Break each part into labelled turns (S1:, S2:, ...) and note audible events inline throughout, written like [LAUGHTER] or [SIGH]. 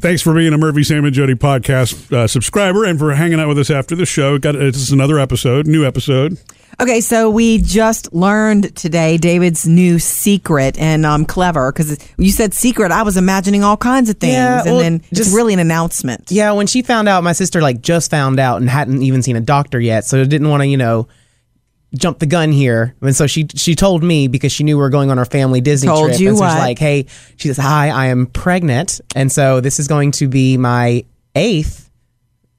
S1: Thanks for being a Murphy, Sam, and Jody podcast uh, subscriber and for hanging out with us after the show. Got uh, This is another episode, new episode.
S2: Okay, so we just learned today David's new secret, and I'm um, clever because you said secret. I was imagining all kinds of things,
S3: Yeah, well,
S2: and then it's
S3: just-
S2: really an announcement.
S3: Yeah, when she found out, my sister like just found out and hadn't even seen a doctor yet, so didn't want to, you know, jump the gun here. And so she she told me because she knew we were going on our family Disney
S2: Told
S3: trip.
S2: you
S3: and so she's
S2: what.
S3: like, "Hey," she says, "Hi, I am pregnant," and so this is going to be my eighth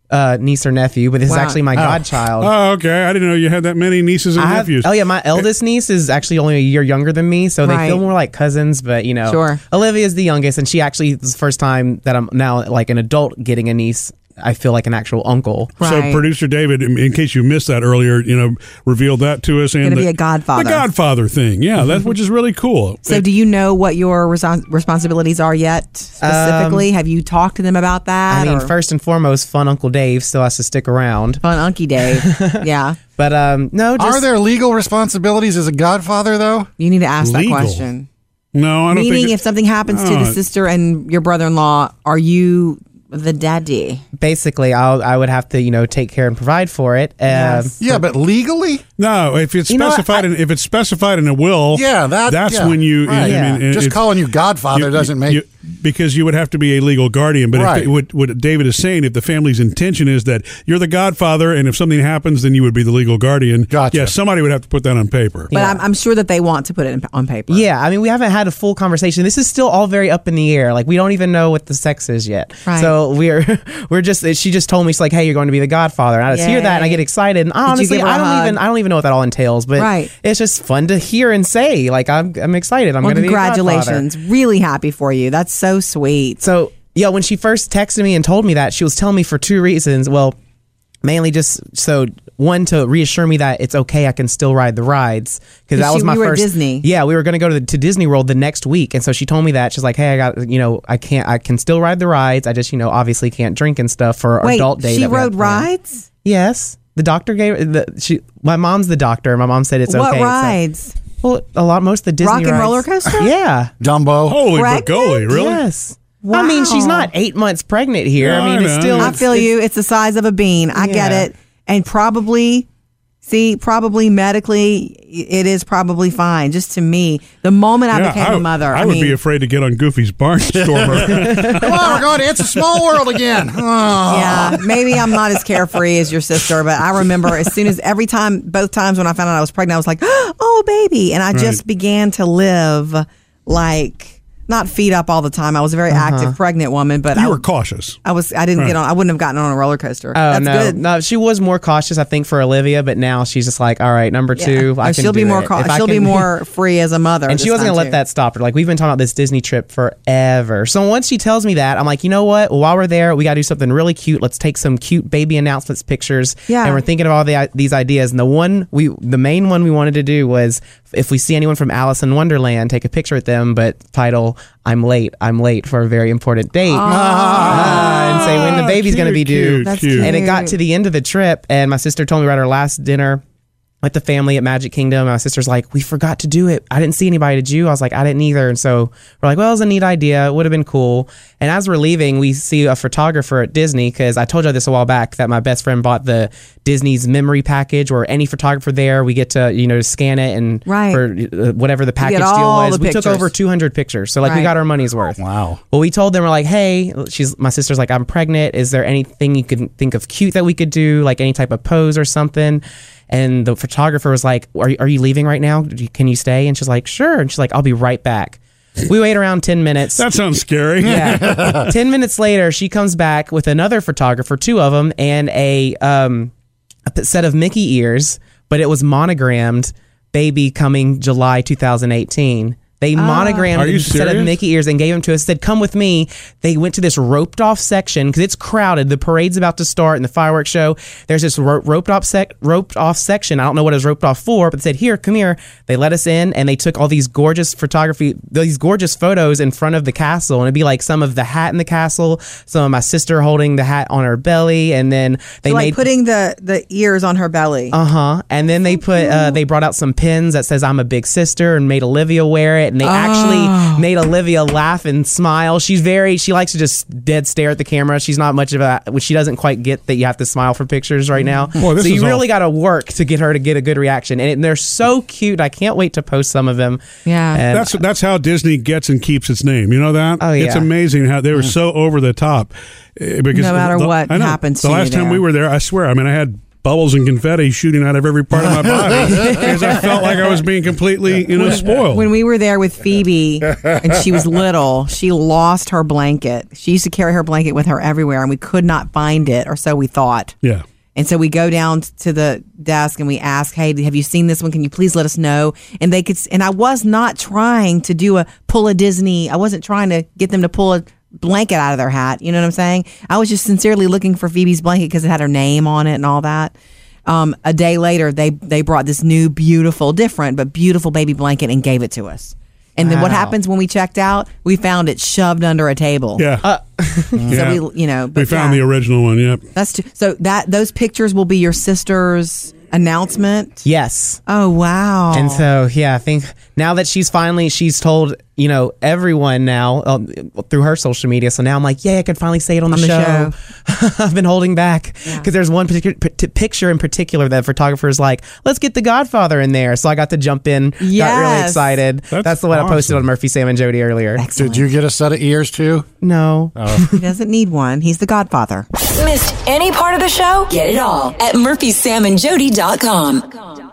S3: uh, niece or nephew, but this
S2: Wow.
S3: is actually my godchild.
S1: Oh, okay. I didn't know you had that many nieces and
S3: I have-
S1: nephews.
S3: oh yeah, my eldest niece is actually only a year younger than me, so
S2: Right.
S3: they feel more like cousins. But you know,
S2: Sure.
S3: Olivia is the youngest, and she actually this is the first time that I'm now like an adult getting a niece. I feel like an actual uncle.
S1: So
S2: Right.
S1: producer David, in, in case you missed that earlier, you know, revealed that to us. And
S2: Gonna
S1: the,
S2: be a godfather.
S1: the Godfather thing, yeah, that's which is really cool.
S2: [LAUGHS] So,
S1: It-
S2: do you know what your reson- responsibilities are yet specifically? Have you talked to them about that?
S3: Um, I mean,
S2: or-
S3: first and foremost, fun Uncle Dave still has to stick around.
S2: on Unky
S3: [LAUGHS]
S2: Dave. yeah,
S3: But um, no, just,
S4: Are there legal responsibilities as a godfather, though?
S2: you need to ask
S1: Legal.
S2: that question.
S1: no, I don't
S2: Meaning,
S1: think.
S2: if something happens to the
S1: No.
S2: sister and your brother-in-law, are you the daddy?
S3: basically I'll, I would have to you know take care and provide for it. Uh,
S2: Yes.
S4: Yeah, but legally?
S1: no, if it's
S3: You know what,
S1: specified, in, if it's specified in a will,
S4: Yeah, that-
S1: that's
S4: yeah,
S1: when you.
S4: right.
S1: I mean,
S3: Yeah.
S1: and
S4: Just
S1: if-
S4: calling you godfather
S1: you-
S4: doesn't make.
S1: you- because you would have to be a legal guardian. But if
S4: Right.
S1: what, what David is saying, if the family's intention is that you're the godfather, and if something happens, then you would be the legal guardian.
S4: Gotcha.
S1: Yeah, somebody would have to put that on paper.
S2: But I'm, I'm sure that they want to put it in, on paper.
S3: Yeah, I mean, we haven't had a full conversation. This is still all very up in the air. Like, we don't even know what the sex is yet.
S2: Right.
S3: So we're [LAUGHS] we're just. She just told me she's like, "Hey, you're going to be the Godfather," and I just hear that and I
S2: Yay.
S3: get excited. And
S2: you
S3: honestly,
S2: give her a
S3: I don't
S2: hug?
S3: even I don't even know what that all entails. But
S2: Right.
S3: it's just fun to hear and say. Like, I'm I'm excited. I'm
S2: Well,
S3: going to be the Godfather.
S2: congratulations. Really happy for you. That's so sweet.
S3: So yeah, when she first texted me and told me that, she was telling me for two reasons. Well, mainly just so one to reassure me that it's okay, I can still ride the rides
S2: 'Cause
S3: because that
S2: she-
S3: was my
S2: we were at
S3: first
S2: Disney.
S3: Yeah, we were going to go to, the, to Disney World the next week, and so she told me that she's like, "Hey, I got you know, I can't, I can still ride the rides. I just you know, obviously can't drink and stuff for our
S2: Wait,
S3: adult day."
S2: she
S3: that we have
S2: rode
S3: planned."
S2: rides.
S3: Yes, the doctor gave the she. My mom's the doctor. My mom said it's
S2: what
S3: okay. so-
S2: rides?
S3: well, a lot most of the Disney
S2: Rock and
S3: rides.
S2: roller coaster?
S3: [LAUGHS] Yeah.
S4: Dumbo.
S1: Holy
S2: Pregnant?
S1: Bogoli, really?
S3: Yes. I mean, she's
S2: Wow.
S3: not eight months pregnant here.
S1: No,
S3: I
S1: I
S3: mean, it's
S1: know.
S3: still.
S1: I
S2: I feel you. It's the size of a bean. I get
S3: Yeah.
S2: it. And probably, see, probably medically, it is probably fine. Just to me, the moment I
S1: Yeah,
S2: became a
S1: w-
S2: mother,
S1: I,
S2: I,
S1: would
S2: mean,
S1: be afraid to get on Goofy's
S4: [LAUGHS]
S1: barnstormer.
S4: Come on, we're going to It's a Small World
S1: [LAUGHS]
S4: again. Oh.
S2: yeah,
S3: [LAUGHS]
S2: maybe I'm not as carefree as your sister, but I remember as soon as every time, both times when I found out I was pregnant, I was like, [GASPS] oh, baby. And I just
S1: Right.
S2: began to live like, not feet up all the time. I was a very
S3: Uh-huh.
S2: active pregnant woman, but I,
S1: you were cautious.
S2: I was, I didn't get on, I wouldn't have gotten on a roller coaster.
S3: Oh
S2: That's
S3: no,
S2: good.
S3: no. She was more cautious, I think, for Olivia, but now she's just like, all right, number two.
S2: Yeah.
S3: I
S2: Or
S3: can
S2: she'll be
S3: do
S2: more
S3: it.
S2: cau-
S3: If I
S2: she'll be
S3: can- [LAUGHS]
S2: more free as a mother.
S3: And she
S2: this
S3: wasn't
S2: time,
S3: gonna
S2: too.
S3: let that stop her. Like we've been talking about this Disney trip forever. So once she tells me that, I'm like, you know what? While we're there, we gotta do something really cute. Let's take some cute baby announcements pictures.
S2: Yeah.
S3: And we're thinking of all the, these ideas. And the one we, the main one we wanted to do was if we see anyone from Alice in Wonderland, take a picture with them. But title, I'm late. I'm late for a very important date. Ah, [LAUGHS] and say when
S4: Oh,
S3: the baby's gonna be
S1: Cute,
S3: due.
S1: cute,
S2: That's
S1: cute.
S2: cute.
S3: And it got to the end of the trip, and my sister told me we're at our last dinner with the family at Magic Kingdom. My sister's like, "We forgot to do it. I didn't see anybody. Did you?" I was like, "I didn't either." And so we're like, "Well, it was a neat idea. It would have been cool." And as we're leaving, we see a photographer at Disney because I told you this a while back that my best friend bought the Disney's memory package, where any photographer there, we get to you know scan it and
S2: Right.
S3: for uh, whatever the package deal
S2: all
S3: was.
S2: the
S3: We took
S2: pictures.
S3: over 200 pictures, so like
S2: Right.
S3: we got our money's worth.
S4: Wow.
S3: Well, we told them we're like, hey, she's my sister's like, I'm pregnant. Is there anything you can think of cute that we could do, like any type of pose or something? And the photographer was like, are, you- are you leaving right now? Do you- Can you stay? And she's like, sure. And she's like, I'll be right back. We wait around
S1: [LAUGHS]
S3: ten minutes.
S1: That sounds scary.
S3: yeah. ten minutes later, she comes back with another photographer, two of them, and a um a p- set of Mickey ears, but it was monogrammed. Baby coming July 2018. They monogrammed
S1: Are you
S3: a set of
S1: serious?
S3: Mickey ears and gave them to us. Said, "Come with me." They went to this roped off section because it's crowded. The parade's about to start and the fireworks show. There's this ro- roped off sec- roped off section. I don't know what it was roped off for, but they said, "Here, come here." They let us in and they took all these gorgeous photography, these gorgeous photos in front of the castle. And it'd be like some of the hat in the castle, some of my sister holding the hat on her belly, and then they
S2: So, like
S3: made
S2: putting the the ears on her belly.
S3: Uh-huh. uh huh. And then they put uh, they brought out some pins that says I'm a big sister and made Olivia wear it. it, and they
S1: Oh.
S3: actually made Olivia laugh and smile. She's very she likes to just dead stare at the camera. She's not much of a which she doesn't quite get that you have to smile for pictures right now.
S1: Mm-hmm. Boy, this
S3: so
S1: is
S3: you
S1: all-
S3: really got to work to get her to get a good reaction, and, it, they're so cute. I can't wait to post some of them.
S2: Yeah.
S3: And-
S1: That's that's how Disney gets and keeps its name. You know that?
S3: Oh, yeah.
S1: It's amazing how they were so over the top. eh, Because
S2: Mm. No matter
S1: the-
S2: what
S1: I know.
S2: happens
S1: The
S2: to you
S1: last time
S2: there.
S1: we were there, I swear. I mean, I had bubbles and confetti shooting out of every part
S2: [LAUGHS]
S1: of my body because I felt like I was being completely, you know, spoiled.
S2: When we were there with Phoebe and she was little, she lost her blanket. She used to carry her blanket with her everywhere and we could not find it, or so we thought.
S1: yeah.
S2: And so we go down to the desk and we ask, "Hey, have you seen this one? Can you please let us know?" And they could. s- And I was not trying to do a pull a Disney. I wasn't trying to get them to pull a blanket out of their hat. You know what I'm saying? I was just sincerely looking for Phoebe's blanket because it had her name on it and all that. Um, a day later, they they brought this new, beautiful, different but beautiful baby blanket and gave it to us. And then what
S3: Wow.
S2: happens when we checked out? We found it shoved under a table.
S1: Yeah. yeah.
S2: So we, you know,
S1: We
S2: but
S1: found
S2: Uh, yeah.
S1: the original one. Yep.
S2: That's too, so that those pictures will be your sister's announcement.
S3: yes.
S2: Oh wow!
S3: And so, yeah, I think now that she's finally, she's told, you know, everyone now um, through her social media. So now I'm like, yeah, I can finally say it on the,
S2: On the
S3: show. [LAUGHS] I've been holding back because there's one particular p- picture in particular that photographer is like, let's get the Godfather in there. So I got to jump in, got really
S2: Yes.
S3: excited.
S1: That's
S3: That's, the one I posted
S1: awesome.
S3: on Murphy, Sam, and Jody earlier.
S2: Excellent.
S4: Did you get a set of ears too?
S3: No.
S2: he doesn't need one. He's the Godfather.
S5: Missed any part of the show? Get it all at murphysamandjody.com.